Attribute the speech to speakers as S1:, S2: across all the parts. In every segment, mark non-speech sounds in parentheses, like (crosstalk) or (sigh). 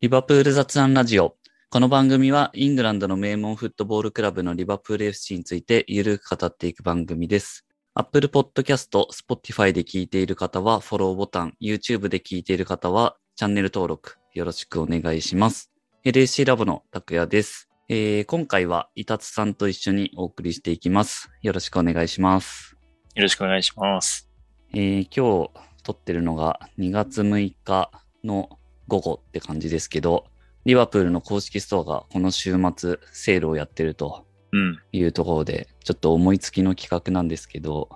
S1: リバプール雑談ラジオ。この番組はイングランドの名門フットボールクラブのリバプール FC についてゆるく語っていく番組です。Apple Podcast、Spotify で聞いている方はフォローボタン、YouTube で聞いている方はチャンネル登録よろしくお願いします。LSC ラボの拓也です。えー今回はイタツさんと一緒にお送りしていきます。よろしくお願いします。
S2: よろしくお願いします。
S1: えー今日撮ってるのが2月6日の午後って感じですけど、リバプールの公式ストアがこの週末セールをやってると
S2: うん。
S1: いうところで、ちょっと思いつきの企画なんですけど、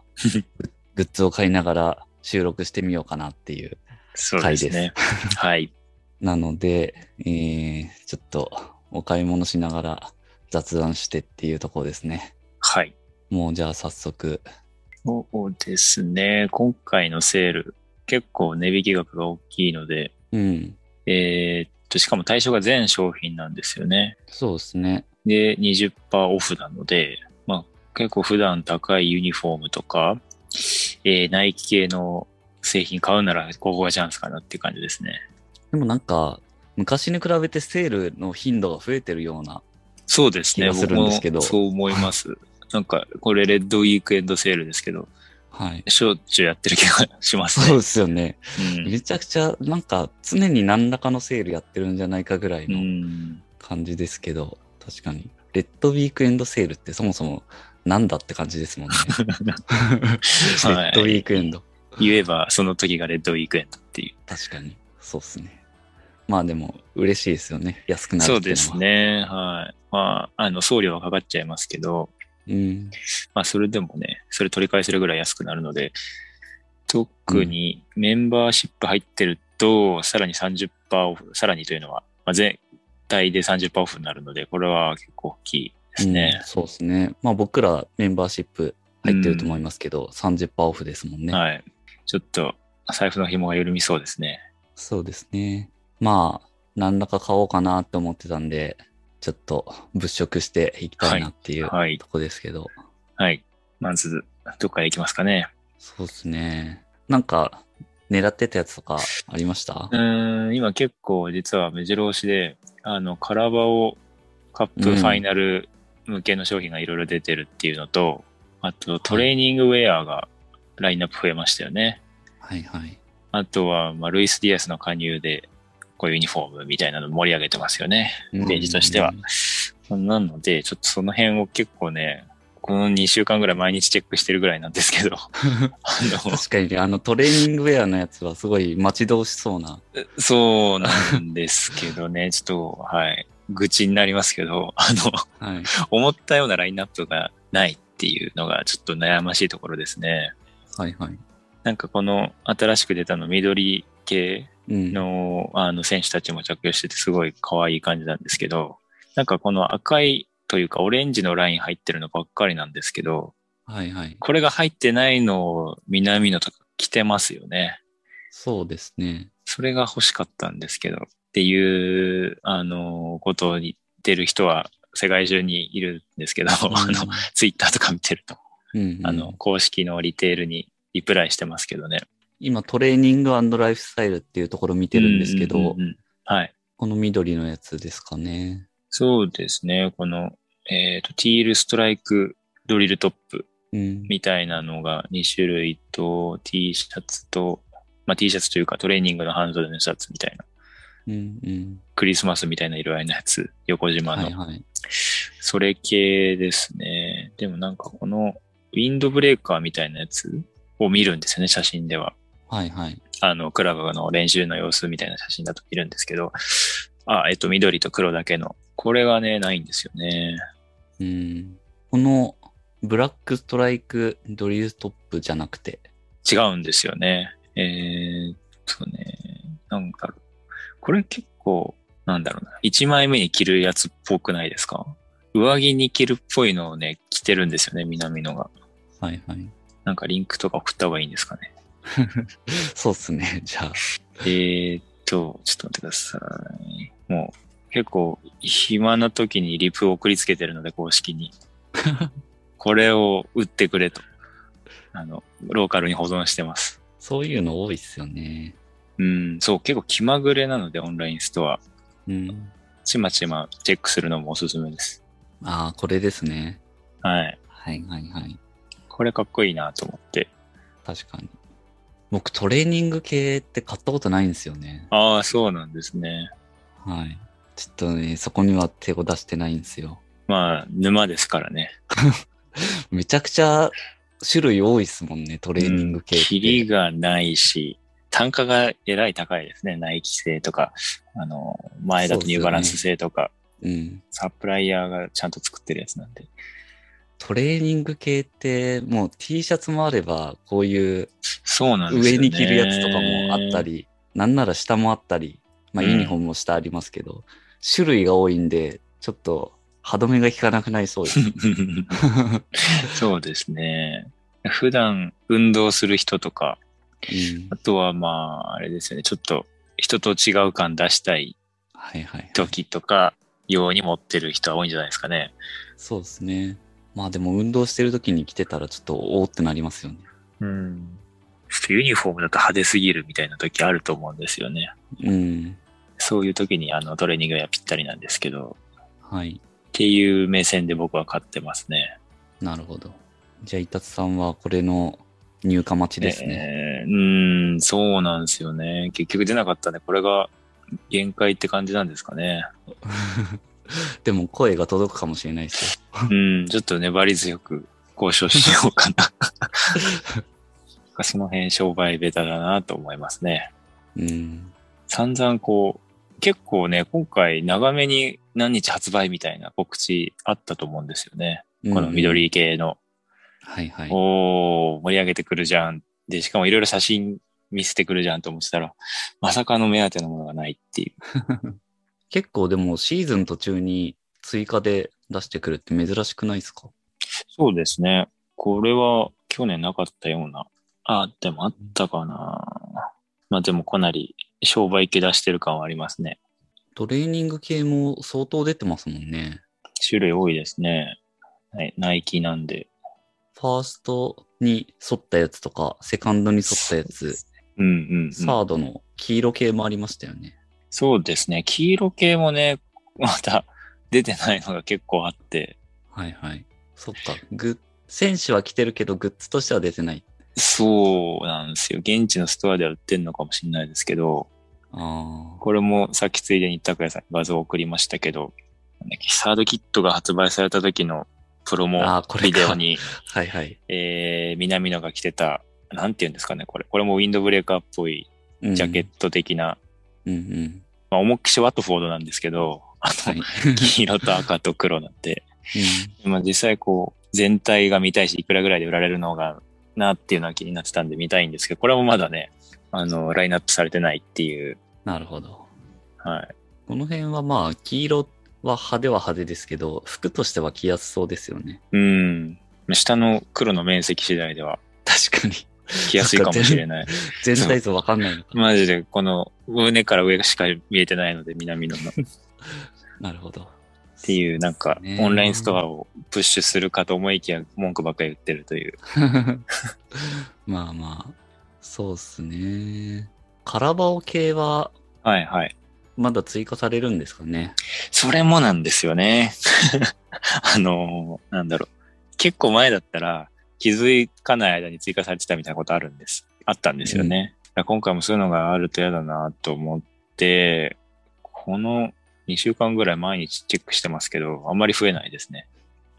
S1: グッズを買いながら収録してみようかなっていう。
S2: そうですね。はい。
S1: なので、えーちょっとお買い物しながら雑談してっていうところですね。
S2: はい。
S1: もうじゃあ早速。
S2: そうですね。今回のセール、結構値引き額が大きいので、
S1: うん。
S2: えーっと、しかも対象が全商品なんですよね。
S1: そうですね。
S2: で、20%オフなので、まあ、結構普段高いユニフォームとか、えー、ナイキ系の製品買うなら、ここがチャンスかなっていう感じですね。
S1: でもなんか、昔に比べてセールの頻度が増えてるような
S2: そうですね。
S1: 気がするんですけど
S2: 僕もそう思います。 (laughs) なんか、これレッドウィークエンドセールですけど、
S1: はい。
S2: しょっちゅうやってる気がしますね
S1: そうですよね。
S2: うん
S1: めちゃくちゃ、なんか、常に何らかのセールやってるんじゃないかぐらいうの
S2: ん。
S1: 感じですけど、確かに。レッドウィークエンドセールってそもそもなんだって感じですもん
S2: (laughs)
S1: ね。レッドウィークエンド。
S2: 言えば、その時がレッドウィークエンドってい
S1: 確かに。そうですね。まあでも、嬉しいですよね。安く
S2: う。
S1: なる
S2: そう
S1: ってい
S2: で
S1: うのは。
S2: す。ね。はい。まあ、あの、送料はかかっちゃいますけど、
S1: うん。
S2: まあ、それでもね、それ取り返せるぐらい安くなるので、特にメンバーシップ入ってると、さらに30%オフ、さらにというのは、まあ、全体で30%オフになるので、これは結構大きいです
S1: う
S2: ね
S1: ん。そうですね。まあ僕らメンバーシップ入ってると思いますけど、30%オフですもんね。
S2: はい。ちょっと、財布の紐が緩みそうですね。
S1: そうですね。まあ、何らか買おうかなって思ってたんで、ちょっと物色していきたいなっていう
S2: はい。
S1: とこですけど、
S2: はい。まず、どっから行きますかね。
S1: そうですね。なんか、狙ってたやつとかありました
S2: うーん、今結構実は目白押しで、あの、カラバオカップファイナル向けの商品がいろいろ出てるっていうのと、あとトレーニングウェアがラインナップ増えましたよね。
S1: はいはい。
S2: あとは、まあ、ルイス・ディアスの加入で、こういうユニフォームみたいなの盛り上げてますよね。
S1: うん
S2: ページとしては。なので、ちょっとその辺を結構ね、この2週間ぐらい毎日チェックしてるぐらいなんですけど、あの、
S1: 確かに、あのトレーニングウェアのやつはすごい待ち遠しそうな。
S2: そうなんですけどね、ちょっと、はい、愚痴になりますけど、あの、
S1: はい。
S2: 思ったようなラインナップがないっていうのがちょっと悩ましいところですね。
S1: はいはい。
S2: なんかこの新しく出たの緑系
S1: うん。
S2: のあの選手たちも着用しててすごい可愛い感じなんですけど、なんかこの赤いというかオレンジのライン入ってるのばっかりなんですけど、
S1: はいはい。
S2: これが入ってないのを南野とか着てますよね。
S1: そうですね。
S2: それが欲しかったんですけど、っていう、あの、ことを言ってる人は世界中にいるんですけど、 (laughs) あの、ツイッターとか見てると、
S1: うん、うんうん
S2: あの、公式のリテールにリプライしてますけどね。
S1: 今トレーニングライフスタイルっていうところ見てるんですけど、
S2: うんうんうんはい。
S1: この緑のやつですかね。
S2: そうですね。この、えっ、と、ティールストライクドリルトップ
S1: うん。
S2: みたいなのが2種類と T シャツと、まあ、T シャツというかトレーニングの半袖のシャツみたいな、
S1: うんうん。
S2: クリスマスみたいな色合いのやつ、横縞の
S1: はいはい。
S2: それ系ですね。でもなんかこのウィンドブレーカーみたいなやつを見るんですよね、写真では。
S1: はいはい。
S2: あの、クラブの練習の様子みたいな写真だと見るんですけど、あ、えっと、緑と黒だけの。これがね、ないんですよね。
S1: うん。この、ブラックストライクドリルトップじゃなくて。
S2: 違うんですよね。えーっとね、なんだろう。これ結構、なんだろうな。1枚目に着るやつっぽくないですか上着に着るっぽいのをね、着てるんですよね、南野が。
S1: はいはい。
S2: なんかリンクとか送った方がいいんですかね。
S1: そうっすね。じゃあ。
S2: えーっと、ちょっと待ってください。もう、結構、暇な時にリプを送りつけてるので、公式に。これを売ってくれと。あの、ローカルに保存してます。
S1: そういうの多いっすよね。
S2: うん、そう、結構気まぐれなので、オンラインストア。
S1: うん。
S2: ちまちまチェックするのもおすすめです。
S1: ああ、これですね。
S2: はい。
S1: はいはいはい。
S2: これかっこいいなと思って。
S1: 確かに。僕、トレーニング系って買ったことないんですよね。
S2: ああ、そうなんですね。
S1: はい。ちょっとね、そこには手を出してないんですよ。
S2: まあ、沼ですからね。
S1: めちゃくちゃ種類多いですもんね、トレーニング系って。
S2: キリがないし、単価がえらい高いですね。ナイキ製とか、あの、前だとニューバランス製とか、
S1: うん。
S2: サプライヤーがちゃんと作ってるやつなんで。
S1: トレーニング系って、もう T シャツもあれば、こういう
S2: そうなんです
S1: 上
S2: よね。
S1: に着るやつとかもあった
S2: り。
S1: り、なんなら下もあったり、まあ
S2: うん
S1: ユニフォームも下ありますけど、種類が多いんで、ちょっと歯止めが効かなくなり
S2: (laughs)
S1: そうです。
S2: (laughs) そうですね。普段運動する人とか、
S1: うん
S2: あとはまあ、あれですよね。ちょっと人と違う感出したい
S1: はいはい。
S2: 時とか、用に持ってる人は多いんじゃないですかね。
S1: そうですね。まあでも運動してる時に着てたらちょっとおーってなりますよね。
S2: うん。ちょっとユニフォームだと派手すぎるみたいな時あると思うんですよね。
S1: うん。
S2: そういう時にあのトレーニングがぴったりなんですけど、
S1: はい。
S2: っていう目線で僕は買ってますね。
S1: なるほど。じゃあ、イタツさんはこれの入荷待ちですね。
S2: えーうん、そうなんですよね。結局出なかったね。これが限界って感じなんです
S1: (laughs)
S2: かね。
S1: でも声が届くかもしれないですよ。
S2: うん、ちょっと粘り強く交渉しようかな。その辺商売ベタだなと思いますね。
S1: うん。
S2: 散々こう、結構ね、今回長めに何日発売みたいな告知あったと思うんですよね。この
S1: うん。
S2: 緑系の。
S1: はいはい。
S2: おー、盛り上げてくるじゃん。で、しかもいろいろ写真見せてくるじゃんと思ってたら、まさかの目当てのものがないっていう。
S1: 結構でもシーズン途中に追加で出してくるって珍しくないですか
S2: そうですね。これは去年なかったような。あ、でもあったかな。まあでもかなり商売系出してる感はありますね。
S1: トレーニング系も相当出てますもんね。
S2: 種類多いですね。はい、ナイキなんで。
S1: ファーストに沿ったやつとか、セカンドに沿ったやつ、
S2: うんうん、うん。
S1: サードの黄色系もありましたよね。
S2: そうですね。黄色系もね、また出てないのが結構あって。
S1: はいはい。そっか。グ選手は着てるけど、グッズとしては出てない。
S2: そうなんですよ。現地のストアでは売ってるのかもしれないですけど、
S1: ああ。
S2: これもさっきついでに拓也さんに画像を送りましたけど、なんだっけサードキットが発売された時のプロモ
S1: あーこれか
S2: ビデオに、
S1: はいはい。
S2: えー、南野が着てた、なんて言うんですかね、これ。これもウィンドブレーカーっぽいジャケット的な、
S1: うんうん。
S2: まあ、重きしワットフォードなんですけど、あ
S1: は
S2: の、
S1: い。 (laughs)
S2: 黄色と赤と黒なんで、まあ、実際こう全体が見たいしいくらぐらいで売られるのがなっていうのは気になってたんで見たいんですけどこれもまだねあのラインナップされてないっていう、
S1: なるほど。
S2: はい、
S1: この辺はまあ、黄色は派手は派手ですけど、服としては着やすそうですよね。
S2: うん下の黒の面積次第では
S1: 確
S2: (laughs)
S1: かに。
S2: 着やすいかもしれない
S1: 全体像わかんないのか。
S2: マジでこの胸から上しか見えてないので南野のっ
S1: なるほど。って
S2: いうなんか
S1: ね
S2: オンラインストアをプッシュするかと思いきや文句ばっかり言ってるという
S1: (laughs) まあまあ、そうっすね。カラバオ系は、
S2: はいはい
S1: まだ追加されるんですかね。
S2: それもなんですよね。 (laughs) あのーなんだろう。結構前だったら気づかない間に追加されてたみたいなことあるんです。あったんですよね。だから今回もそういうのがあると嫌だなと思って、この2週間ぐらい毎日チェックしてますけど、あんまり増えないですね。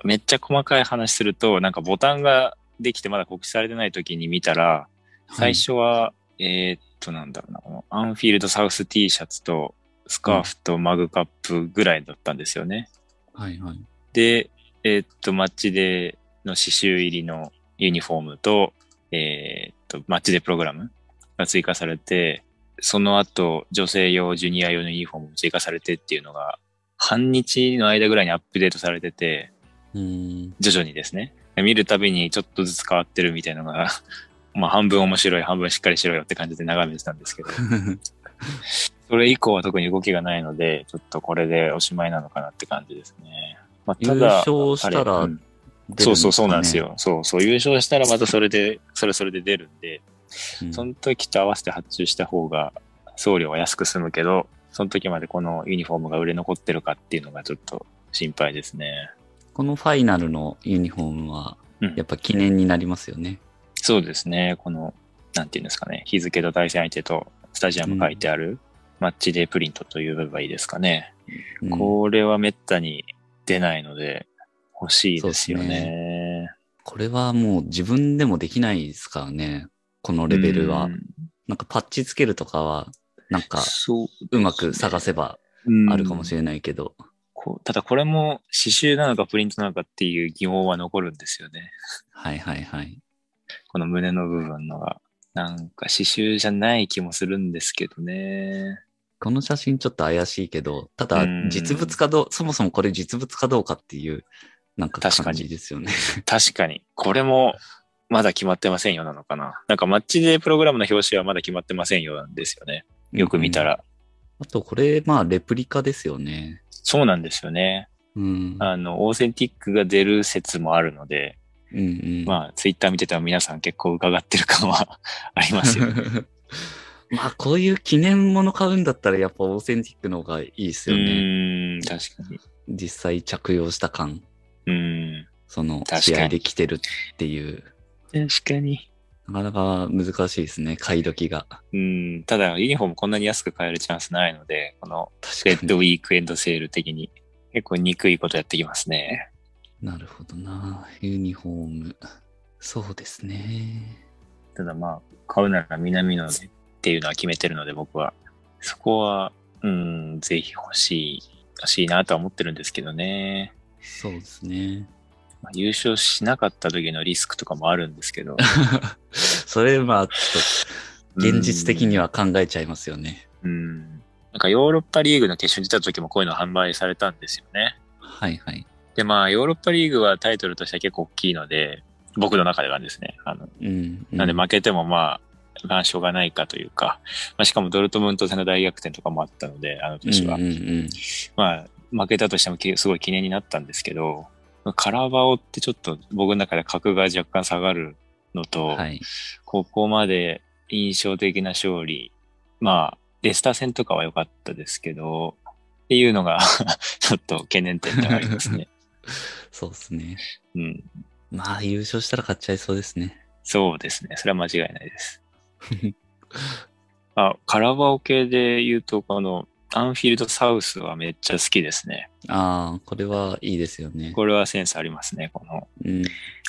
S2: めっちゃ細かい話すると、なんかボタンができてまだ告知されてない時に見たら、最初は、えーっと、なんだろうな、このアンフィールドサウス T シャツと、スカーフとマグカップぐらいだったんですよね。
S1: はい。はいはい。
S2: で、えーっと、マッチでの刺繍入りのユニフォームと、えーっと、マッチでプログラムが追加されて、その後、女性用、ジュニア用のユニフォームも追加されてっていうのが、半日の間ぐらいにアップデートされてて、
S1: うーん。
S2: 徐々にですね。見るたびにちょっとずつ変わってるみたいなのが、 (laughs) まあ半分面白い、半分しっかりしろよって感じで眺めてたんですけど、それ以降は特に動きがないので、ちょっとこれでおしまいなのかなって感じですね。ま (laughs) あ、た
S1: 優
S2: だ、
S1: 勝したら
S2: あれうんそうそうそうなんです。よ。そうそう、優勝したらまたそれで、それそれで出るんで、
S1: 出るんですかねうん
S2: その時と合わせて発注した方が送料は安く済むけど、その時までこのユニフォームが売れ残ってるかっていうのがちょっと心配ですね。
S1: このファイナルのユニフォームは
S2: うん、
S1: やっぱ記念になりますよね。
S2: そうですね。この、なんていうんですかね。日付と対戦相手とスタジアム書いてある、マッチデープリントという部分がいいですかね。
S1: うん
S2: これはめったに出ないので、欲しいですよね。
S1: そうですこれはもう自分でもできないですからね。このレベルは。
S2: うん
S1: なんかパッチつけるとかは、なんか
S2: そう
S1: うまく探せばあるかもし
S2: ない。
S1: れないけど。
S2: こうただこれも刺繍なのかプリントなのかっていう疑問は残るんですよね。
S1: はいはいはい。
S2: この胸の部分のが。なんか刺繍じゃない気もするんですけどね。
S1: この写真ちょっと怪しいけど、ただ
S2: うん
S1: 実物かどう、そもそもこれ実物かどうかっていう、なんか
S2: 確か
S1: 感
S2: に
S1: じですよね。
S2: 確かに。これもまだ決まってませんよなのかな。なんかマッチデープログラムの表紙はまだ決まってませんよなんですよね。よく見た
S1: うん。
S2: ら。
S1: あとこれ、まあレプリカですよね。
S2: そうなんですよね。
S1: うん。
S2: あの、オーセンティックが出る説もあるので、
S1: うんうん。
S2: まあ、ツイッター見てても皆さん結構伺ってる感は (laughs) ありますよね。
S1: (laughs) まあこういう記念物買うんだったらやっぱオーセンティックの方がいいです
S2: う
S1: よね。
S2: ーん、確かに。
S1: 実際着用した感、
S2: うん、
S1: その
S2: 確かに
S1: 試合で着てるっていう。
S2: 確かに。
S1: なかなか難しいですね、買い時が。
S2: うん、ただ、ユニフォームこんなに安く買えるチャンスないので、このレ
S1: 確か
S2: ッ
S1: に。
S2: ドウィークエンドセール的に結構憎いことやってきますね。
S1: なるほどな。ユニフォーム。そうですね。
S2: ただまあ、買うなら南野でっていうのは決めてるので、僕は。そこは、うん、ぜひ欲しい、欲しいなとは思ってるんですけどね。
S1: そうですね。
S2: まあ優勝しなかった時のリスクとかもあるんですけど。
S1: それ、まあ、ちょっ (laughs) と、現実的には考えちゃいますよね。
S2: うん。なんかヨーロッパリーグの決勝に出た時もこういうの販売されたんですよね。
S1: はいはい。
S2: で、まあ、ヨーロッパリーグはタイトルとしては結構大きいので、僕の中ではですね。あの、
S1: うん、
S2: なんで負けてもまあ、まあ、しょうがないかというか、まあ、しかもドルトムント戦の大逆転とかもあったので、あの年は。
S1: うんうんうん
S2: まあ、負けたとしてもきすごい記念になったんですけど、カラバオってちょっと僕の中で格が若干下がるのと、
S1: はい。
S2: ここまで印象的な勝利、まあ、レスター戦とかは良かったですけど、っていうのが、 (laughs) ちょっと懸念点ではあります
S1: (laughs)
S2: ね。
S1: そうですね。
S2: うん。
S1: まあ、優勝したら勝っちゃいそうですね。
S2: そうですね。それは間違いな
S1: (laughs)
S2: いです。あ、カラバオ系で言うと、この、アンフィールドサウスはめっちゃ好きですね。
S1: ああ、これはいいですよね。
S2: これはセンスありますね。この、
S1: うん、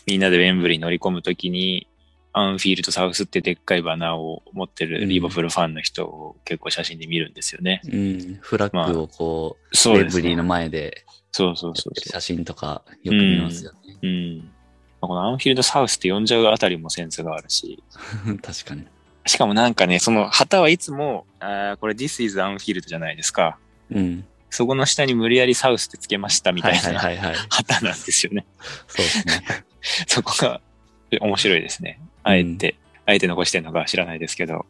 S2: みんなでウェンブリーに乗り込むときに、アンフィールドサウスってでっかいバナーを持ってるリバプールファンの人を結構写真で見るんですよね。
S1: うん、フラッグをこう、
S2: そう
S1: レ
S2: です
S1: ブリーの
S2: ね。
S1: 前で
S2: そうそう
S1: や
S2: そ
S1: っ
S2: う
S1: てる
S2: そ
S1: 写真とかよく見ますよね。
S2: う。うん。まあこのアンフィールドサウスって呼んじゃうあたりもセンスがあるし、
S1: (laughs) 確かに。
S2: しかもなんかね、その旗はいつも、あーこれ This is アンフィールドじゃないですか。
S1: うん。
S2: そこの下に無理やりサウスってつけましたみた
S1: はい
S2: い
S1: はい
S2: な
S1: はいはい。
S2: 旗なんですよね。
S1: そうですね。
S2: (laughs) そこが面白いですね。あえて、あえて残してるのか知らないです
S1: (laughs)
S2: けど、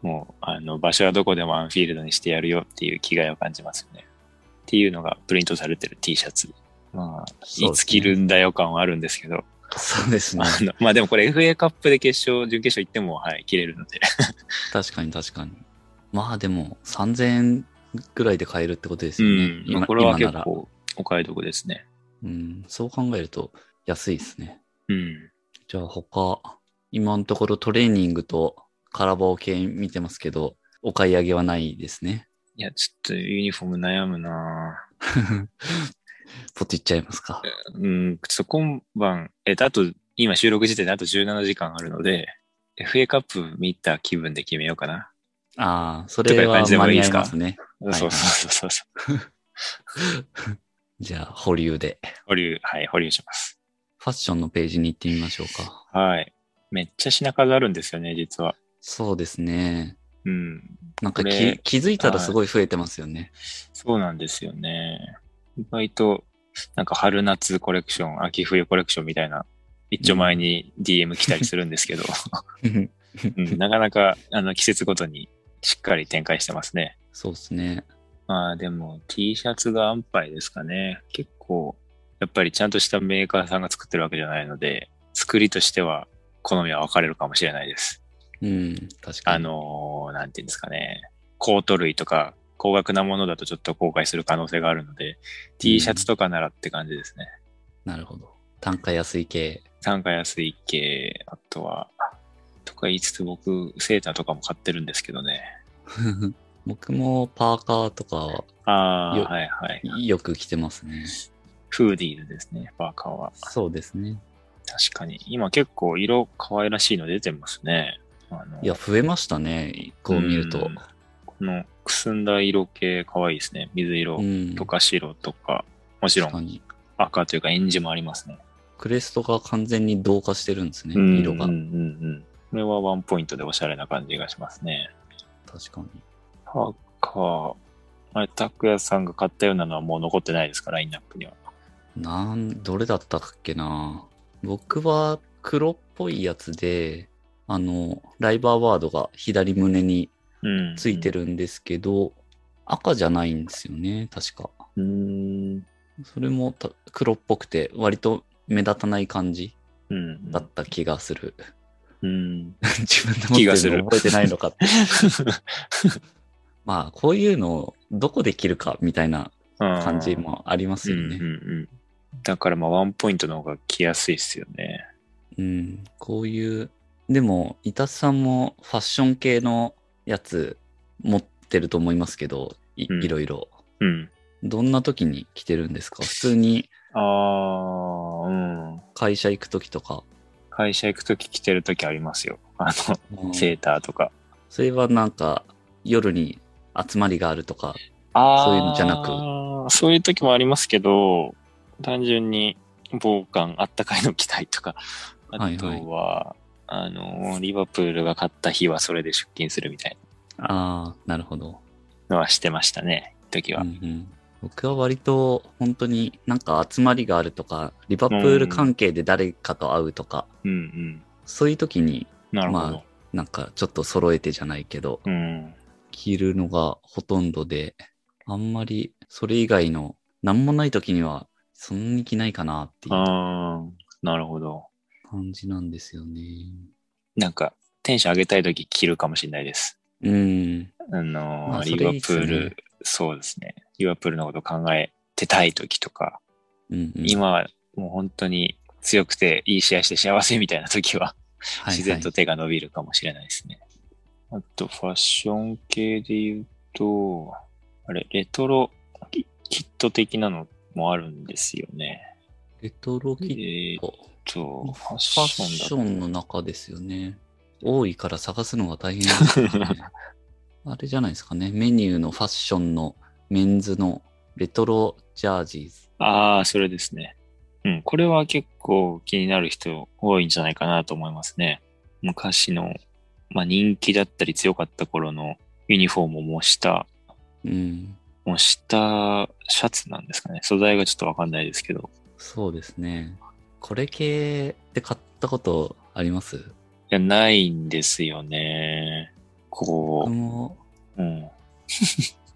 S2: もう、あの、場所はどこでもアンフィールドにしてやるよっていう気概を感じますよね。っていうのがプリントされてる T シャツ。まあ、
S1: そう (laughs)
S2: い
S1: です
S2: つ
S1: ね
S2: 着るんだよ感はあるんですけど、
S1: そうです (laughs) ね。
S2: あのまあでもこれ FA カップで決勝、準決勝行っても、はい、着れるので。
S1: 確かに確かに。まあでも、3000円ぐらいで買えるってことですよね。
S2: まあこれは結構お買い得ですね。
S1: うん。そう考えると安いですね。
S2: うん。
S1: じゃあ他、今のところトレーニングとカラバオ系見てますけど、お買い上げはないですね。 (laughs)
S2: いや、ちょっとユニフォーム悩むなぁ
S1: ポチっちゃいますか。
S2: うん、ちょっと今晩、えっと、あと、今収録時点であと17時間あるので、FA カップ見た気分で決めようかな。
S1: ああ、それは間に合いますね。はい
S2: そうそうそうそう。
S1: じゃあ保留で。
S2: 保留、はい、保留します。
S1: ファッションのページに行ってみましょうか。
S2: はい。めっちゃ品数あるんですよね、実は。
S1: そうですね。
S2: うん。
S1: なんか
S2: こ
S1: き
S2: れ
S1: 気づいたらすごい増えてますよね。 (laughs)
S2: そうなんですよね。意外と、なんか春夏コレクション、秋冬コレクションみたいな、一丁前に DM 来たりするんです
S1: (laughs)
S2: けど、うん、なかなか、あの、季節ごとにしっかり展開してますね。
S1: そうですね。
S2: まあでも T シャツが安牌ですかね。結構、やっぱりちゃんとしたメーカーさんが作ってるわけじゃないので、作りとしては好みは分かれるかもしれないです。
S1: うん、確かに。
S2: あのーなんていうんですかね。コート類とか、高額なものだとちょっと後悔する可能性があるので、T シャツとかならって感じですね。
S1: なるほど。単価安い系。 (laughs)
S2: 単価安い系、あとは、とか言いつつ僕、セーターとかも買ってるんですけどね。
S1: 僕もパーカーとか
S2: ああ、
S1: よ
S2: はいはい。
S1: よく着てますね。
S2: フーディーですね、パーカーは。
S1: そうですね。
S2: 確かに。今結構色可愛らしいの出てますね。あの
S1: いや、増えましたね。こう見ると。
S2: このくすんだ色系可愛いですね。水色
S1: うん。
S2: とか白とか、もちろ
S1: 確か
S2: ん
S1: に。
S2: 赤というかエンジもありますね。
S1: クレストが完全に同化してるんですね。
S2: うん
S1: 色が
S2: うんう。んうん。これはワンポイントでおしゃれな感じがしますね。
S1: 確かに。
S2: パーカー。あれ、拓也さんが買ったようなのはもう残ってないですか、ラインナップには。
S1: なん、どれだったっけな僕は黒っぽいやつで、あの、ライブアワードが左胸に
S2: うん。
S1: ついて
S2: る。
S1: るんですけど、赤じゃないんですよね、確か。
S2: うん。
S1: それもた黒っぽくて、割と目立たない感じ
S2: うん。
S1: だった気がする。 (laughs)
S2: うん。 (laughs)
S1: 自分で持ってるの覚えてないのかって。まあ、こういうのをどこで切るかみたいな (laughs) 感
S2: 感
S1: じもありますよね
S2: うん。うんうん、だからまあワンポイントの方が来やすいですよね。
S1: うん、こういう、でも、イタスさんもファッション系のやつ持ってると思いますけど、い,、
S2: うん
S1: ろいろ。
S2: うん。
S1: どんな時に着てるんですか普通に
S2: ああ、うん。
S1: 会社行く時とか。
S2: 会社行くとき着てるときありますよ。あの、
S1: うん
S2: セーターとか。
S1: それはなんか、夜に集まりがあるとか。
S2: あー
S1: そういうのじゃな
S2: そういうときもありますけど、単純に防寒、あったかいの着たいとか。あ
S1: はい
S2: と
S1: はい
S2: は、あの、リバプールが勝った日はそれで出勤するみたい
S1: ああ、なるほど。
S2: なのはしてましたね。時は。
S1: うんうん僕は割と本当になんか集まりがあるとか、リバプール関係で誰かと会うとか、
S2: うんうん。
S1: そういう時に
S2: なるほど。
S1: まなんかちょっと揃えてじゃないけど、
S2: うん。
S1: 着るのがほとんどで、あんまりそれ以外の何もない時にはそんなに着ないかなっていう
S2: ああ、なるほど。
S1: 感じなんですよね。
S2: なんか、テンション上げたいとき着るかもしれないです。
S1: うん。
S2: あのー
S1: まあ
S2: リ
S1: そ
S2: バ
S1: れい
S2: プ
S1: いっすね
S2: ールそうですね。リバプールのこと考えてたいときとか、
S1: うんうん、
S2: 今はもう本当に強くていい試合して幸せみたいなときは、
S1: はいはい
S2: 自然と手が伸びるかもしれないですね。あと、ファッション系で言うと、あれ、レトロキキット的なのもあるんですよね。
S1: レトロ
S2: え
S1: キ
S2: ー
S1: ッ
S2: っ
S1: ト。
S2: と、ファッ
S1: ファッ
S2: シ
S1: シ
S2: ョ
S1: ョ
S2: ンだ
S1: ンの中ですよね。多いから探すのが大変ですよ
S2: (laughs)
S1: ね。あれじゃないですかね。メニューのファッションのメンズのレトロジャージーズ。
S2: ああ、それですね。うん、これは結構気になる人多いんじゃないかなと思いますね。昔の、まあ、人気だったり強かった頃のユニフォームを模した、
S1: うん。
S2: 模したシャツなんですかね。素材がちょっとわかんないですけど。
S1: そうですね。これ系って買ったことあります
S2: いや、ないんですよね。
S1: 僕
S2: こ
S1: も
S2: う、うん。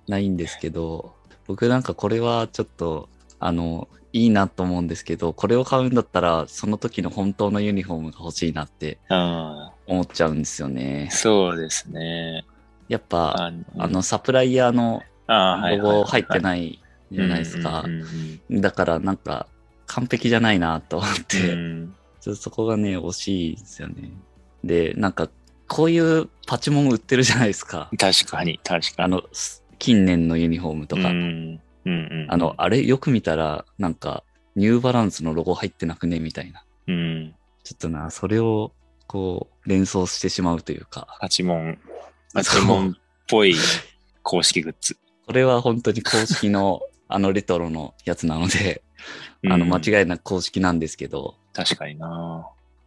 S1: ないんですけど、僕なんかこれはちょっと、あの、いいなと思うんですけど、これを買うんだったら、その時の本当のユニフォームが欲しいなって
S2: あ
S1: 思っちゃうんですよね
S2: ー。そうですね。
S1: やっぱ、
S2: あの、
S1: あの、サプライヤーの
S2: あーはい
S1: ロゴ入って
S2: い
S1: ないじゃないですか
S2: うん。うんうん
S1: だからなんか完璧じゃないなと思っ
S2: うん
S1: て、
S2: うん
S1: ちょっとそこがね、惜しいですよね。で、なんかこういうパチモン売ってるじゃないですか。
S2: 確かに、確か
S1: あ
S2: に。
S1: の、す近年のユニフォームとか。
S2: うんうんうん、
S1: あの、あれよく見たらなんかニューバランスのロゴ入ってなくねみたいな。
S2: うん。
S1: ちょっとな、それをこう連想してしまうというか、
S2: パチモン、パ
S1: そう
S2: チモンっぽい公式グッズ。
S1: これは本当に公式の (laughs) あのレトロのやつなので、 (laughs) あの、
S2: うん
S1: 間違いなく公式なんですけど、
S2: 確かにな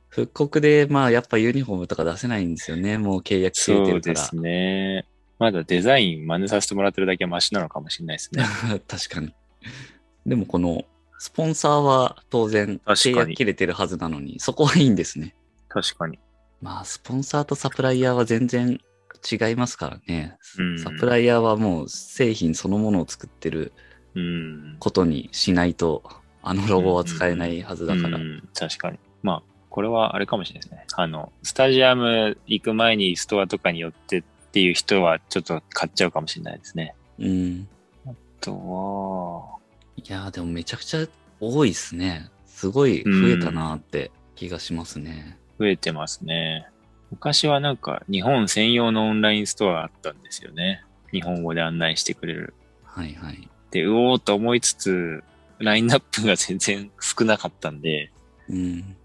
S1: 復刻で、まあ、やっぱユニフォームとか出せないんですよね。もう契約ついて
S2: そう
S1: るか
S2: で
S1: ら。
S2: すね。まだデザイン真似させてもらってるだけはマシなのかもしれないです
S1: (laughs)
S2: ね。
S1: 確かに。でも、この、スポンサーは当然、
S2: かに
S1: 契約切れてるはずなのに、そこはいいんですね。
S2: 確かに。
S1: まあ、スポンサーとサプライヤーは全然違いますからね。
S2: うん
S1: サプライヤーはもう製品そのものを作ってる
S2: うん。
S1: ことにしないと、あのロゴは使えないはずだから。
S2: うん確かに。まあ、これはあれかもしれないですね。あの、スタジアム行く前にストアとかに寄ってっていう人はちょっと買っちゃうかもしれないですね。
S1: うん。
S2: あとは、
S1: いやーでもめちゃくちゃ多いですね。すごい増えたなーって気がしますね。
S2: 増えてますね。昔はなんか日本専用のオンラインストアあったんですよね。日本語で案内してくれる。
S1: はいはい。
S2: で、うおーと思いつつ、ラインナップが全然少なかったんで、
S1: うん。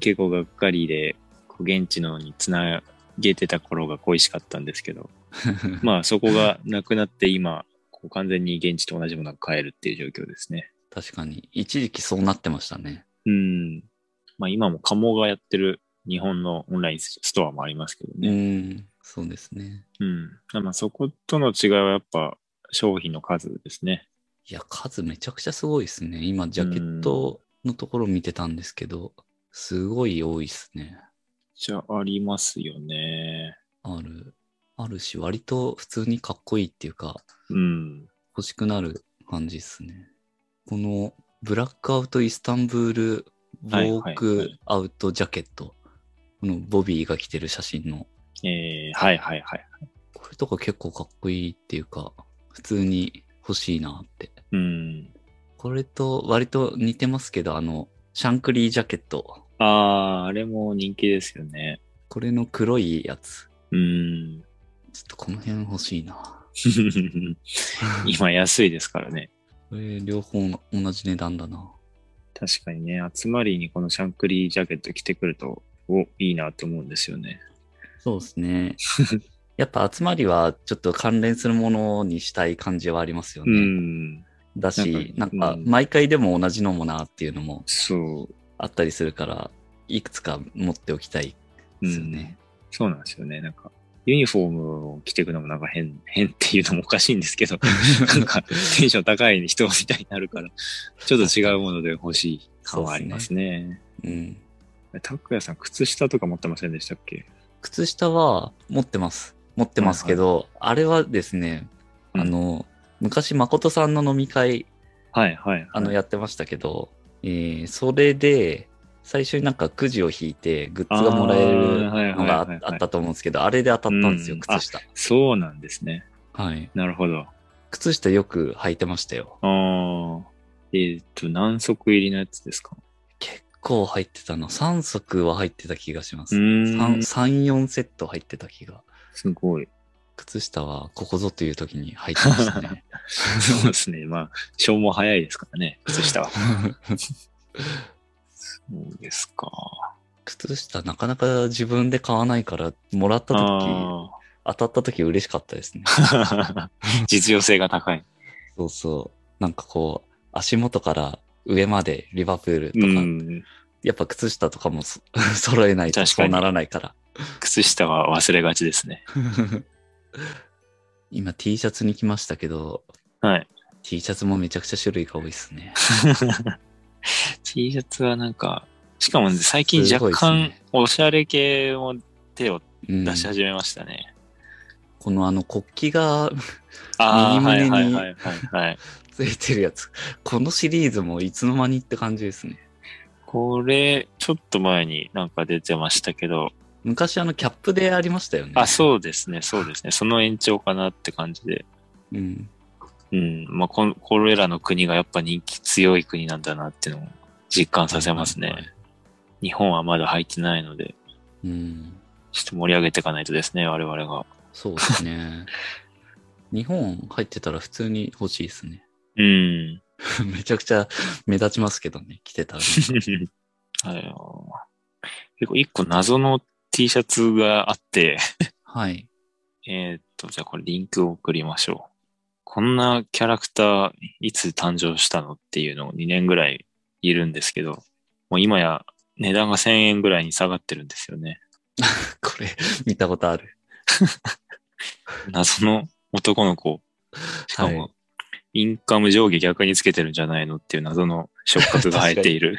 S2: 結構がっかりで、こう現地のにつなげてた頃が恋しかったんですけど、まあそこがなくなって今、こう完全に現地と同じものが買えるっていう状況ですね。
S1: (laughs) 確かに。一時期そうなってましたね。
S2: うん。まあ今もカモがやってる日本のオンラインストアもありますけど
S1: う
S2: ね。
S1: ん。そうですね。
S2: うん。まあそことの違いはやっぱ商品の数ですね。
S1: いや、数めちゃくちゃすごいですね。今、ジャケットのところ見てたんですけど、すごい多いですね。
S2: じゃありますよね。
S1: ある。あるし、割と普通にかっこいいっていうか、
S2: うん。
S1: 欲しくなる感じですね。この、ブラックアウトイスタンブール、ウ
S2: はい
S1: ォー
S2: はいは
S1: ク
S2: い
S1: アウトジャケット。このボビーが着てる写真の。
S2: えー、はいはいはい。
S1: これとか結構かっこいいっていうか、普通に欲しいなって。
S2: うん。
S1: これと割と似てますけど、あの、シャンクリージャケット。
S2: あー、あれも人気ですよね。
S1: これの黒いやつ。
S2: うん。 (laughs)
S1: ちょっとこの辺欲しい (laughs) な。
S2: 今安いですからね。
S1: これ両方同じ値段だな。
S2: 確かにね、集まりにこのシャンクリージャケット着てくると、お、いいなと思うんですよね。
S1: そうですね。 (laughs) やっぱ集まりはちょっと関連するものにしたい感じはありますよ
S2: う
S1: ね。
S2: ん。
S1: だし、な
S2: な
S1: ん
S2: ん
S1: か
S2: かうん
S1: 毎回でも同じのもなっていうのも
S2: そ。
S1: あったりするから、いくつか持っておきたいうですよね。
S2: うん。そうなんですよね。なんか、ユニフォームを着ていくのもなんか変、 (laughs) 変っていうのもおかしいんで
S1: (laughs)
S2: すけど、なんかテンション高い人みたいになるから、ちょっと違うもので欲しい感はありますね。
S1: うん。
S2: タクヤさん、靴下とか持ってませんでしたっけ
S1: 靴下は持ってます。持ってますけど、あれはですね、
S2: うん
S1: あの、昔誠さんの飲み会、
S2: はいはい。
S1: あの、やってましたけど、えーそれで、最初になんかくじを引いて、グッズがもらえ
S2: あーはいはい
S1: るのが
S2: はいは
S1: あ
S2: い
S1: あったと思うんですけど、あれで当たったんですよ、
S2: うん
S1: 靴下。
S2: そうなんですね。
S1: はい。
S2: なるほど。
S1: 靴下よく履いてましたよ。
S2: ああ。えーっと、何足入りのやつですか
S1: 結構入ってたの。3足は入ってた気がしま
S2: う
S1: す。
S2: ー
S1: 3、
S2: ん。
S1: 4セット入ってた気が。
S2: す
S1: (laughs)
S2: ごい。
S1: 靴下はここぞという時に履いてました
S2: (laughs)
S1: ね。
S2: そうですね。まあ、消耗早いですからね、靴
S1: (laughs)
S2: 下は。そうですか。
S1: 靴下なかなか自分で買わないから、もらった時、
S2: あ
S1: 当たった時嬉しかったですね。
S2: あ。 (laughs) 実用性が高い。
S1: そうそう。なんかこう、足元から上までリバプールと
S2: う
S1: か、
S2: ん。
S1: やっぱ靴下とかもそ (laughs) 揃えないと
S2: 確
S1: そ
S2: か
S1: う
S2: に
S1: ならないから。 (laughs)
S2: 靴下は忘れがちですね。
S1: 今 T シャツに来ましたけど、
S2: はい。
S1: T シャツもめちゃくちゃ種類が多いですね。
S2: T シャツはなんか、しかも最近
S1: すご
S2: 若
S1: いですね
S2: 干、おしゃれ系も手を
S1: うん
S2: 出し始めましたね。
S1: このあの国旗が (laughs)
S2: ああ、は
S1: 右胸
S2: いはい
S1: に
S2: はいはいはい。
S1: ついてるやつ、このシリーズもいつの間にって感じですね。
S2: これ、ちょっと前になんか出てましたけど、
S1: 昔あのキャップでありましたよね。
S2: あ、そうですね、そうですね。その延長かなって感じで。
S1: うん。
S2: うん。まあ、こんこれらの国がやっぱ人気強い国なんだなっていうのを実感させます
S1: はいはい
S2: ね。日本はまだ入ってないので、
S1: うん。
S2: ちょっと盛り上げていかないとですね、我々が。
S1: そうです
S2: (laughs)
S1: ね。日本入ってたら普通に欲しいですね。
S2: うん。
S1: (laughs) めちゃくちゃ目立ちますけどね、着てた
S2: (laughs)
S1: ら。
S2: あの結構一個謎の T シャツがあって、
S1: はい。
S2: えーっと、じゃあこれリンクを送りましょう。こんなキャラクターいつ誕生したのっていうのを2年ぐらいいるんですけど、もう今や値段が1000円ぐらいに下がってるんですよね。
S1: これ、見たことある。
S2: 謎の男の子。しかも、
S1: は
S2: インカム上下逆につけてるんじゃないのっていう謎の触覚が生えている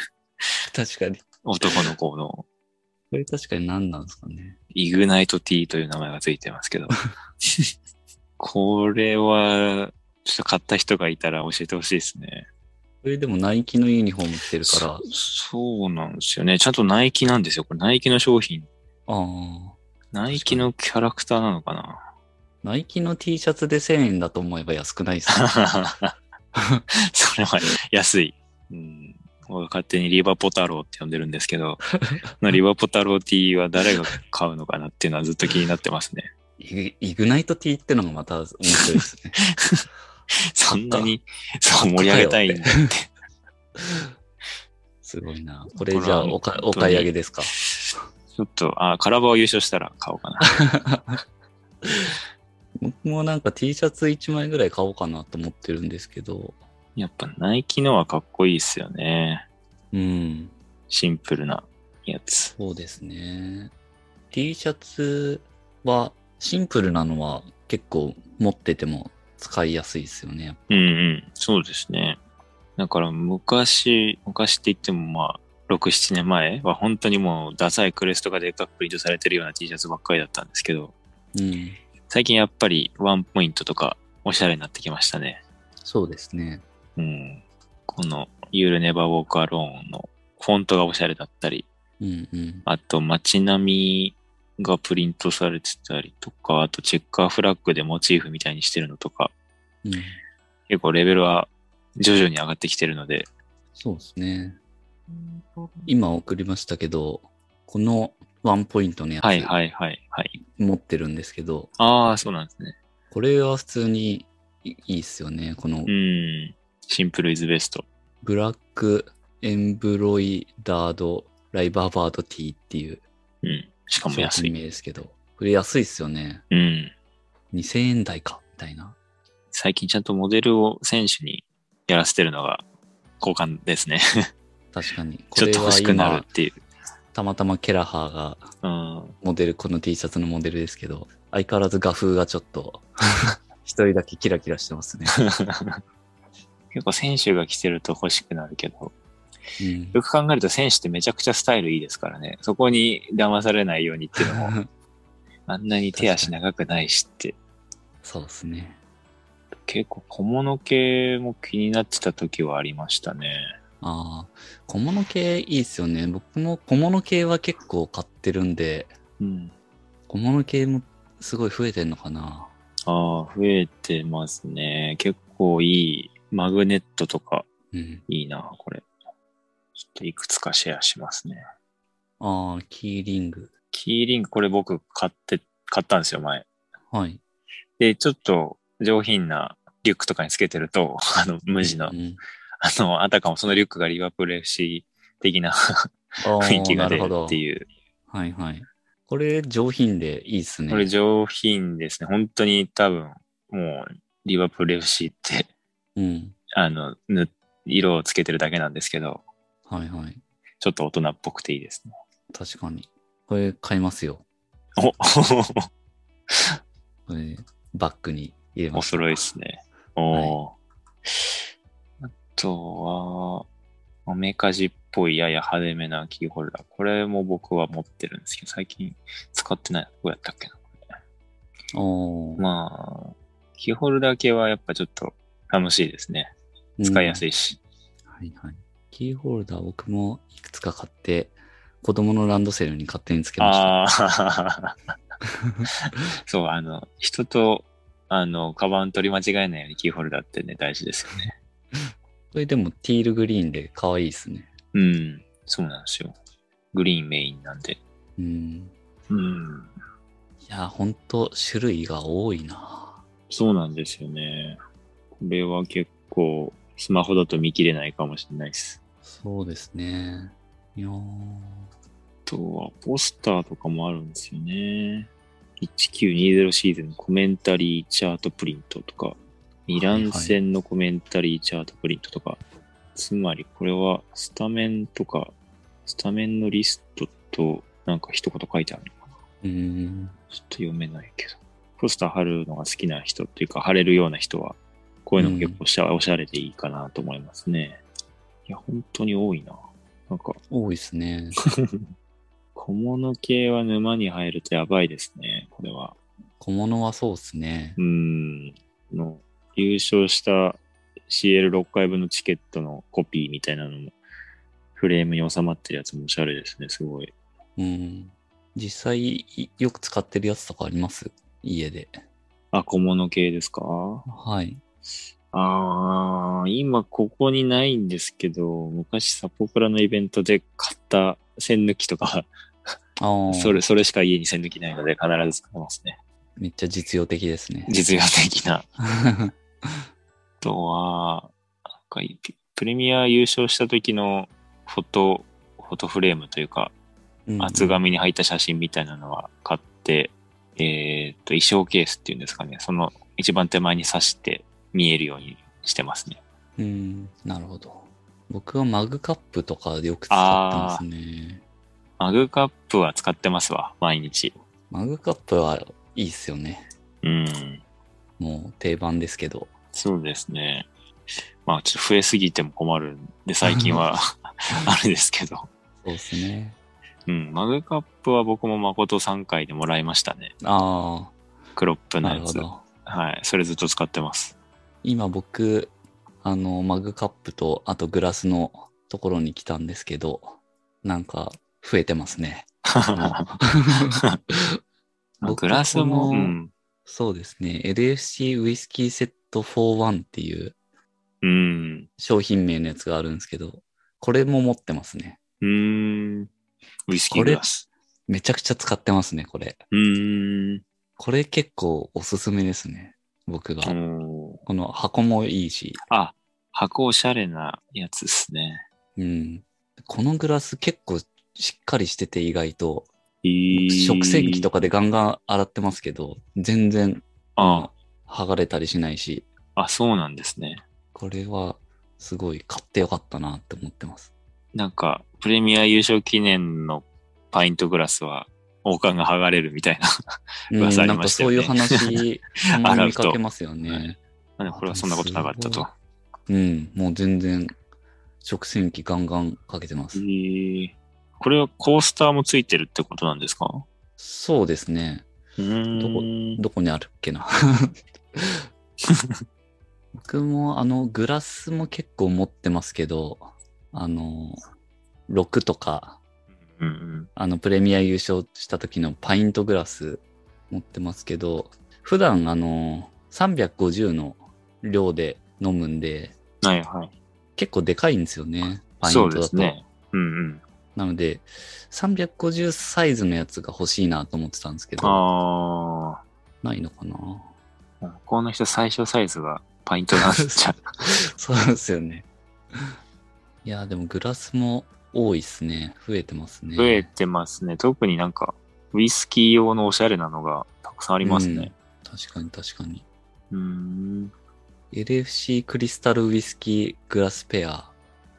S1: 確かに。
S2: (laughs) 男の子の
S1: これ確かに何なんですかね。
S2: イグナイト T という名前がついてま
S1: (laughs)
S2: すけど。これは、ちょっと買った人がいたら教えてほしいですね。
S1: これでもナイキのユニフォーム着てるから、あ
S2: そそうなんですよね。ちゃんとナイキなんですよ。これナイキの商品。
S1: あー、 (laughs)
S2: ナイキのキャラクターなのかな
S1: ナイキの T シャツで1000円だと思えば安くないです
S2: (laughs)
S1: ね。
S2: それは安い。うん、僕は勝手にリバポ太郎って呼んでるんです
S1: (laughs)
S2: けど、まあリバポ太郎 T は誰が買うのかなっていうのはずっと気になってますね。
S1: イグイグナイト T ってのがまた面白いです
S2: (laughs)
S1: ね。
S2: そんなにそう盛り上げたいんだって。
S1: すごいな。これじゃあおかお買い上げですか。 (laughs)
S2: ちょっと、あ、カラバを優勝したら買おうかな。 (laughs)
S1: 僕もなんか T シャツ1枚ぐらい買おうかなと思ってるんですけど、
S2: やっぱナイキのはかっこいいっすよね。
S1: うん、
S2: シンプルなやつ。
S1: そうですね。T シャツはシンプルなのは結構持ってても使いやすいですよね。
S2: うんうん、そうですね。だから昔、昔って言ってもまあ、6、7年前は本当にもうダサいクレストがでっかくプリントされてるような T シャツばっかりだったんですけど、
S1: うん、
S2: 最近やっぱりワンポイントとかおしゃれになってきましたね。
S1: そうですね。
S2: うん。この You'll Never Walk Alone のフォントがおしゃれだったり、
S1: うんうん。
S2: あと街並みがプリントされてたりとか、あとチェッカーフラッグでモチーフみたいにしてるのとか、
S1: うん、
S2: 結構レベルは徐々に上がってきてるので、
S1: そうですね。今送りましたけど、このワンポイントのや
S2: はい
S1: つ
S2: はいはいはい。
S1: 持ってるんですけど、
S2: ああ、そうなんですね。
S1: これは普通にいいいっすよね。この
S2: うん。シンプルイズベスト。
S1: ブラックエンブロイダードライバーバードティーっていう
S2: うん。しかも
S1: 商
S2: 安
S1: 品
S2: い。
S1: 名ですけど、これ安いっすよね。
S2: うん。
S1: 2000円台か、みたいな。
S2: 最近ちゃんとモデルを選手にやらせてるのが好感ですね。
S1: 確かに。こ
S2: (laughs) ちょっ
S1: れ
S2: と欲
S1: は
S2: しくな
S1: 今
S2: るっ、ていう。
S1: たまたまケラハーが
S2: うん。
S1: モデル、この T シャツのモデルですけど、相変わらず画風がちょっ
S2: (laughs)
S1: と、一人だけキラキラしてますね。
S2: 結構選手が着てると欲しくなるけど、
S1: うん
S2: よく考えると選手ってめちゃくちゃスタイルいいですからね。そこに騙されないようにっていうのも、あんなに手足長くないしって。
S1: そうですね。
S2: 結構小物系も気になってた時はありましたね。
S1: ああ、小物系いいっすよね。僕も小物系は結構買ってるんで、
S2: うん。
S1: 小物系もすごい増えてんのかな。
S2: ああ、増えてますね。結構いい。マグネットとか
S1: うん。
S2: いいな、これ。ちょっといくつかシェアしますね。
S1: ああ、キーリング。
S2: キーリング、これ僕買って、買ったんですよ、前。
S1: はい。
S2: で、ちょっと上品なリュックとかにつけてると、 (laughs) あの、無地の、
S1: うん
S2: あの、あたかもそのリュックがリバプール FC 的な雰囲気が出るって
S1: う。
S2: いう。
S1: はいはい。これ上品でいいっすね。
S2: これ上品ですね。本当に多分、もう、リバプール FC って、
S1: うん。
S2: あの、ぬ色をつけてるだけなんですけど、
S1: はいはい。
S2: ちょっと大人っぽくていいです (laughs) ね。
S1: 確かに。これ買いますよ。
S2: お、
S1: これバッグに入れ
S2: お
S1: ます。
S2: 揃いですね。おーあとは、メカジっぽいやや派手めなキーホルダー。これも僕は持ってるんですけど、最近使ってない。どうやったっけな。
S1: おー
S2: まあ、キーホルダー系はやっぱちょっと楽しいですね。使いやす
S1: い、
S2: いし。
S1: はいはい。キーホルダー僕もいくつか買って、子供のランドセルに勝手につけました。
S2: ああ、 (laughs) そう、あの、人と、あの、カバン取り間違えないようにキーホルダーってね、大事ですよね。
S1: これでもティールグリーンで可愛いですね。
S2: うん、そうなんですよ。グリーンメインなんで。
S1: うん。
S2: うん、
S1: いや、ほんと種類が多いな。
S2: そうなんですよね。これは結構、スマホだと見切れないかもしれないです。
S1: そうですね。いやー
S2: あとは、ポスターとかもあるんですよね。1920シーズンコメンタリーチャートプリントとか、イラン戦のコメンタリーチャートプリントとか、つまりこれはスタメンとか、スタメンのリストと、なんか一言書いてあるのかな
S1: うん。
S2: ちょっと読めないけど。ポスター貼るのが好きな人っていうか、貼れるような人は、こういうのも結構しゃ、おしゃれでいいかなと思いますね。いや、本当に多いな。なんか、
S1: 多いですね。
S2: 小物系は沼に入るとやばいですね、これは。
S1: 小物はそうですね
S2: う。ーん。の優勝した CL6 回分のチケットのコピーみたいなのも、フレームに収まってるやつもおしゃれですね、すごい。
S1: うん。実際いよく使ってるやつとかあります家で。
S2: あ、小物系ですか
S1: はい。
S2: ああ、今ここにないんですけど、昔サポプラのイベントで買った線抜きとか、
S1: あー
S2: それ、それしか家に線抜きないので必ず使ってますね。
S1: めっちゃ実用的ですね。
S2: 実用的な。あとは、なんかいプレミア優勝した時のフォト、フォトフレームというか、
S1: (laughs) うん
S2: 厚紙に入った写真みたいなのは買って、えーっと、衣装ケースっていうんですかね。その一番手前に刺して見えるようにしてますね。
S1: うん、なるほど。僕はマグカップとかでよく使ってますね。
S2: マグカップは使ってますわ、毎日。
S1: マグカップはいいっすよね。
S2: うん。
S1: もう定番ですけど。
S2: そうですね。まあ、ちょっと増えすぎても困るんで、最
S1: (laughs)
S2: 近は (laughs) あれですけど。
S1: そうですね。
S2: うん、マグカップは僕も誠さん回でもらいましたね。
S1: あ
S2: クロップ
S1: あ、
S2: の
S1: なる
S2: や
S1: ほ
S2: つ。
S1: ど。
S2: はい。それずっと使ってます。
S1: 今僕、あの、マグカップと、あとグラスのところに来たんですけど、なんか増えてます
S2: (laughs)
S1: ね。 (laughs) 僕
S2: グラスも、
S1: こ
S2: う
S1: の
S2: ん。
S1: そうですね。LFC ウイスキーセット41っていう
S2: うん。
S1: 商品名のやつがあるんですけど、これも持ってますね。
S2: うーん。ウイスキーグラス。
S1: めちゃくちゃ使ってますね、これ。
S2: うーん。
S1: これ結構おすすめですね。僕が。
S2: うん
S1: この箱もいいし、
S2: あ、箱おしゃれなやつですね。
S1: うん。このグラス結構しっかりしてて意外と、
S2: いい
S1: 食洗機とかでガンガン洗ってますけど、全然
S2: あ
S1: 剥がれたりしないし、
S2: あ、そうなんですね。
S1: これはすごい買ってよかったなって思ってます。
S2: なんか、プレミア優勝記念のパイントグラスは、王冠が剥がれるみたいな。 (laughs)
S1: うん、
S2: 噂あ
S1: な
S2: り
S1: ん
S2: ま
S1: か
S2: した
S1: そ
S2: よ
S1: うい
S2: ね
S1: う話、
S2: (laughs)
S1: たまに見かけますよ
S2: 洗う
S1: ね。
S2: なんでこれはそんなことなかったと。
S1: うん、もう全然食洗機ガンガンかけてます。
S2: へえこれはコースターもついてるってことなんですか
S1: そうですね。
S2: うーん。
S1: どこにあるっけ
S2: (laughs)
S1: な。僕もあのグラスも結構持ってますけど、あの、6とか、
S2: うんうん
S1: あのプレミア優勝した時のパイントグラス持ってますけど、普段あの、350の量で飲むんで、
S2: はいはい。
S1: 結構でかいんですよね。パイント
S2: そうで
S1: だ
S2: す
S1: と。
S2: ね。うんうん。
S1: なので、350サイズのやつが欲しいなと思ってたんですけど、
S2: あ
S1: ないのかな
S2: あ。この人最小サイズがパイントなんじゃ。
S1: (laughs) そうなんですよね。いや、でもグラスも多いっすね。増えてますね。
S2: 増えてま
S1: (laughs)
S2: すね。特になんか、ウイスキー用のおしゃれなのがたくさんありますね。
S1: うん確かに確かに。
S2: うーん。
S1: LFC クリスタルウイスキーグラスペア。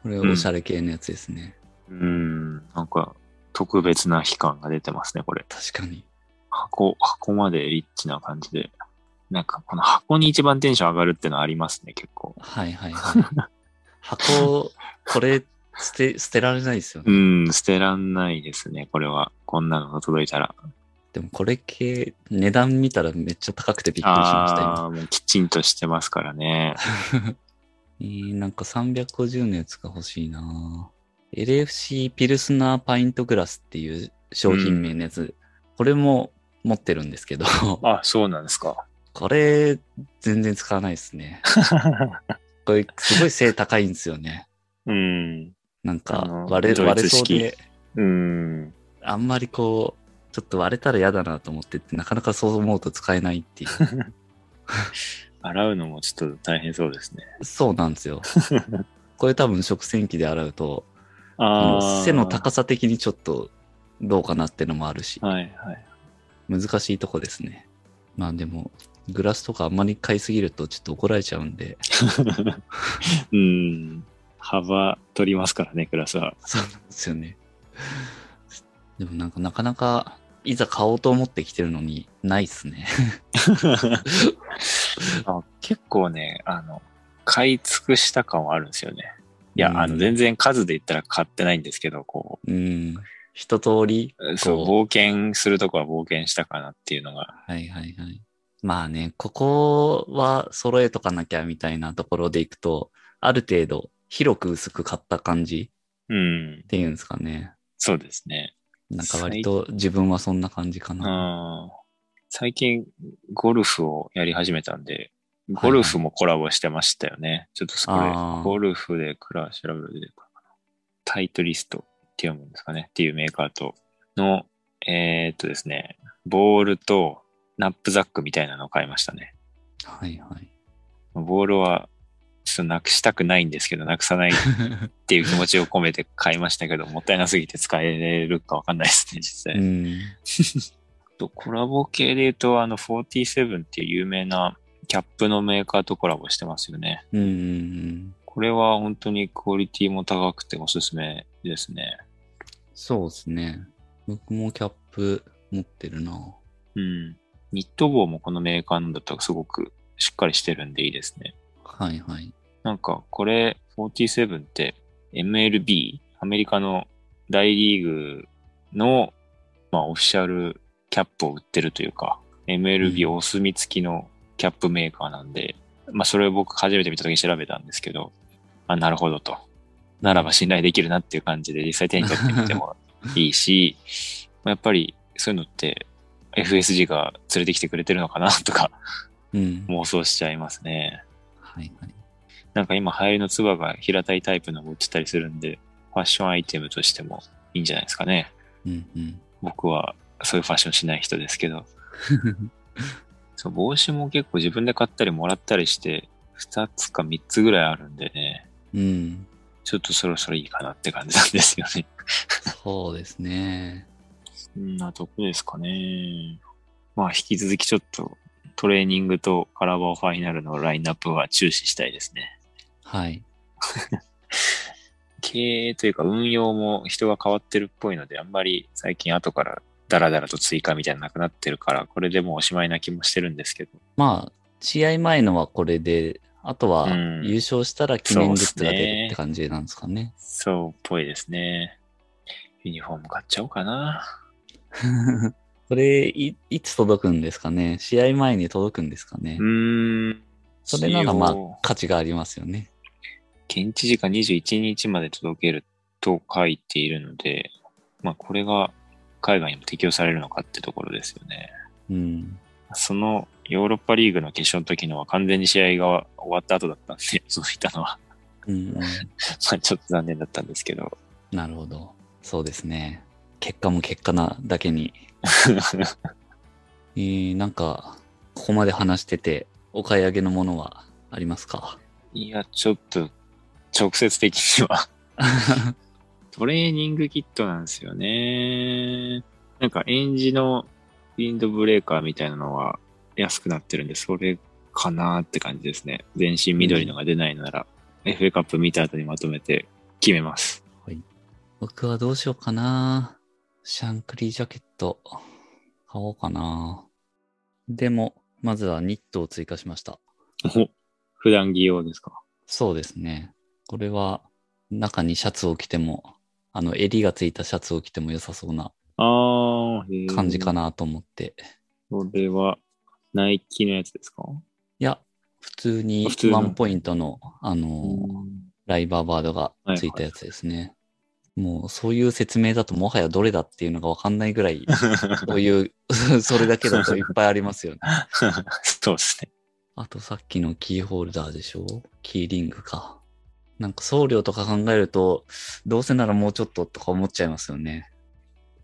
S1: これおしゃれ系のやつですね。
S2: うーん。なんか、特別な期間が出てますね、これ。
S1: 確かに。
S2: 箱、箱までリッチな感じで。なんか、この箱に一番テンション上がるってのはありますね、結構。
S1: はいはい (laughs) はい。箱、これ捨て、捨てられないですよね。
S2: うん、捨てらんないですね、これは。こんなのが届いたら。
S1: でもこれ系、値段見たらめっちゃ高くてびっくりしました、今
S2: ああ、もうきちんとしてますか
S1: (laughs)
S2: らね。
S1: えーなんか350のやつが欲しいなぁ LFC ピルスナーパイントグラスっていう商品名のやつ、これも持ってるんですけど、 (laughs)
S2: あ、そうなんですか。
S1: これ全然使わないですね。これすごい背高いんですよね。
S2: うん。
S1: なん
S2: あ
S1: か
S2: の
S1: 割れ
S2: ドイ
S1: 割
S2: ツ
S1: れそう
S2: 式
S1: で、
S2: うん。
S1: あんまりこう、ちょっと割れたら嫌だなと思ってって、なかなかそう思うと使えないって
S2: (laughs)
S1: いう。
S2: 洗うのもちょっと大変そうですね。
S1: そうなんですよ。これ多分食洗機で洗うと、あ
S2: あ
S1: の背の高さ的にちょっとどうかなってのもあるし。
S2: はいはい。
S1: 難しいとこですね。まあでも、グラスとかあんまり買いすぎるとちょっと怒られちゃうんで、
S2: うん。幅取りますからね、クラ
S1: (laughs)
S2: スは。
S1: そうなんですよね。でもなんかなかなか、いざ買おうと思ってきてるのに、ないっすね。 (laughs)
S2: あ結構ね、あの、買い尽くした感はあるんですよね。いや、
S1: うん
S2: あの、全然数で言ったら買ってないんですけど、こ
S1: うん。一通り、
S2: う、そう、
S1: こ
S2: 冒険するとこは冒険したかなっていうのが。
S1: うはいはいはい。まあね、ここは揃えとかなきゃみたいなところでいくと、ある程度、広く薄く買った感じ
S2: う
S1: っ、
S2: ん
S1: ていうんですかね。
S2: そうですね。
S1: なんか割と自分はそんな感じか
S2: う
S1: な。
S2: ん。最近ゴルフをやり始めたんで、ゴルフもコラボしてましたよね。ちょっとそれ
S1: あー、
S2: ゴルフでクラ調べるでかな。タイトリストって読むんですかねっていうメーカーとの、えーっとですね、ボールとナップザックみたいなのを買いましたね。
S1: はいはい。 (laughs)
S2: ボールはちょっとなくしたくないんですけど、なくさないっていう気持ちを込めて買いましたけど、もったいなすぎて使えるかわかんないですね、実際。
S1: うん。
S2: とコラボ系で言うと、あの、47っていう有名なキャップのメーカーとコラボしてますよね。
S1: うんうんうん。
S2: これは本当にクオリティも高くておすすめですね。
S1: そうですね。僕もキャップ持ってるな。
S2: うん。ニット帽もこのメーカーなんだったらすごくしっかりしてるんでいいですね。
S1: はいはい。
S2: なんか、これ、47って、MLB、アメリカの大リーグの、まあ、オフィシャルキャップを売ってるというか、MLB
S1: うん
S2: お墨付きのキャップメーカーなんで、まあ、それを僕初めて見た時に調べたんですけど、あ、なるほどと。ならば信頼できるなっていう感じで、実際手に取ってみてもい
S1: (laughs)
S2: いし、まあやっぱりそういうのって、FSG が連れてきてくれてるのかなとか
S1: うん。
S2: 妄想しちゃいますね。
S1: はいはい。
S2: なんか今流行りのツバが平たいタイプのも売ってたりするんで、ファッションアイテムとしてもいいんじゃないですかね。
S1: うんうん。
S2: 僕はそういうファッションしない人ですけど。そう帽子も結構自分で買ったりもらったりして、2つか3つぐらいあるんでね、
S1: (laughs) うん。
S2: ちょっとそろそろいいかなって感じなんですよね。
S1: そうですね。
S2: そんなとこですかね。まあ引き続きちょっとトレーニングとカラバオファイナルのラインナップは注視したいですね。
S1: はい。
S2: 経営というか運用も人が変わってるっぽいので、あんまり最近後からダラダラと追加みたいなのなくなってるから、これでもうおしまいな気もしてるんですけど。
S1: まあ、試合前のはこれで、あとは
S2: うん
S1: 優勝したら記念グッズが出
S2: そう
S1: る
S2: っすね
S1: って感じなんですかね。
S2: そうっぽいですね。ユニフォーム買っちゃおうかな。
S1: (laughs) これい、いつ届くんですかね試合前に届くんですかね
S2: うーん。
S1: それならまあ
S2: 一応、
S1: 価値がありますよね。
S2: 現地時間21日まで届けると書いているので、まあこれが海外にも適用されるのかってところですよね。
S1: うん。
S2: そのヨーロッパリーグの決勝の時のは完全に試合が終わった後だったんで、 (laughs) 届いたのは。
S1: うんうん、
S2: (laughs) まあちょっと残念だったんですけど。 (laughs)
S1: なるほど。そうですね。結果も結果なだけにえー、なんか、ここまで話してて、お買い上げのものはありますか
S2: いや、ちょっと、直接的に (laughs) は、トレーニングキットなんですよね。なんか、エンジのウィンドブレーカーみたいなのは安くなってるんで、それかなって感じですね。全身緑のが出ないなら、FA カップ見た後にまとめて決めます。
S1: 僕はどうしようかな。シャンクリージャケット、買おうかな。でも、まずはニットを追加しました。
S2: お普段着用ですか
S1: そうですね。これは、中にシャツを着ても、あの、襟がついたシャツを着ても良さそうな
S2: あー、へー
S1: 感じか。なと思って。
S2: これは、ナイキのやつですか
S1: いや、普通に
S2: あ普通の
S1: ワンポイントの、あのーライバーバードがついたやつですね。もうそういう説明だともはやどれだっていうのがわかんないぐらい、そういう、 (laughs) それだけだといっぱいありますよね。
S2: (laughs) そうですね。
S1: あとさっきのキーホルダーでしょキーリングか。なんか送料とか考えると、どうせならもうちょっととか思っちゃいますよね。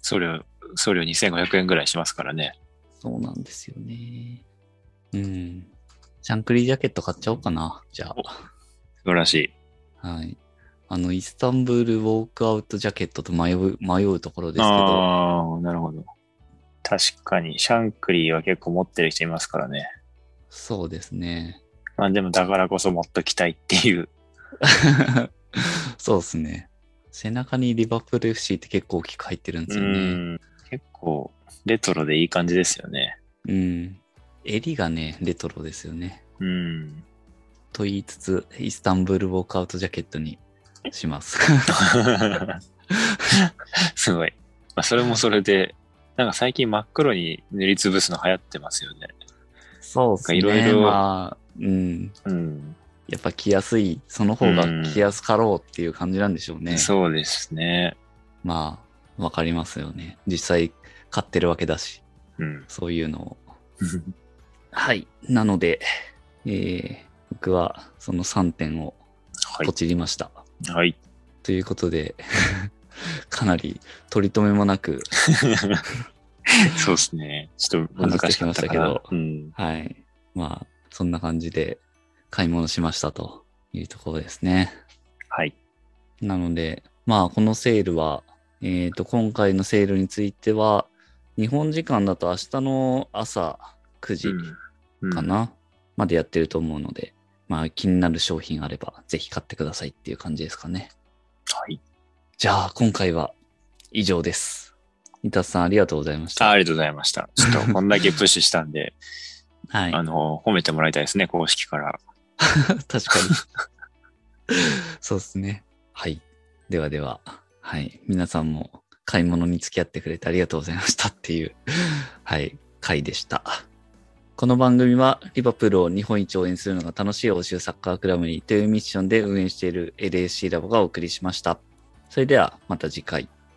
S2: 送料、送料2500円ぐらいしますからね。
S1: そうなんですよね。うん。シャンクリージャケット買っちゃおうかな。じゃ
S2: 素晴らしい。
S1: あ。はい。あの、イスタンブールウォークアウトジャケットと迷う、迷うところですけど。
S2: ああ、なるほど。確かに、シャンクリーは結構持ってる人いますからね。
S1: そうですね。
S2: まあでも、だからこそ持っときたいっていう。
S1: (laughs) そうですね。背中にリバプール FC って結構大きく入ってるんですよね。
S2: ん。結構、レトロでいい感じですよね。
S1: うん。襟がね、レトロですよね。
S2: うん。 (laughs)
S1: と言いつつ、イスタンブールウォークアウトジャケットにし
S2: (laughs)
S1: ます。
S2: すごい。まあ、それもそれで、なんか最近真っ黒に塗りつぶすの流行ってますよね。
S1: そうですね。
S2: いろいろ
S1: まあ、うん。
S2: うん。
S1: やっぱ着やすい、その方が着やすかろうっていう感じなんでしょうね。
S2: そうですね。
S1: まあ、わかりますよね。実際買ってるわけだし、
S2: うん。
S1: そういうのを。はい。なので、えー僕はその3点を
S2: は
S1: ポチりました。
S2: い。はい。
S1: ということで、 (laughs) かなり取り留めもなく、
S2: (laughs) そうですね。ちょっと難しか
S1: 話
S2: ったかな
S1: してきましたけど。
S2: うん。
S1: はい。まあ、そんな感じで買い物しましたというところですね。
S2: はい。
S1: なので、まあ、このセールは、えっ、と、今回のセールについては、日本時間だと明日の朝9時
S2: うん
S1: か。な、までやってると思うので、まあ、気になる商品あれば、ぜひ買ってくださいっていう感じですかね。
S2: はい。
S1: じゃあ、今回は以上です。伊達さん、ありがとうございまし
S2: あ
S1: た。
S2: ありがとうございました。ちょっとこんだけプッシュしたんで、
S1: はい。
S2: あの、褒めてもらいたいですね、公式から。
S1: (laughs) 確かに。そうですね。はい。ではでは、はい。皆さんも買い物に付き合ってくれてありがとうございましたっていう、はい、回でした。この番組は、リバプールを日本一応援するのが楽しい欧州サッカークラブにというミッションで運営している LAC ラボがお送りしました。それでは、また次回。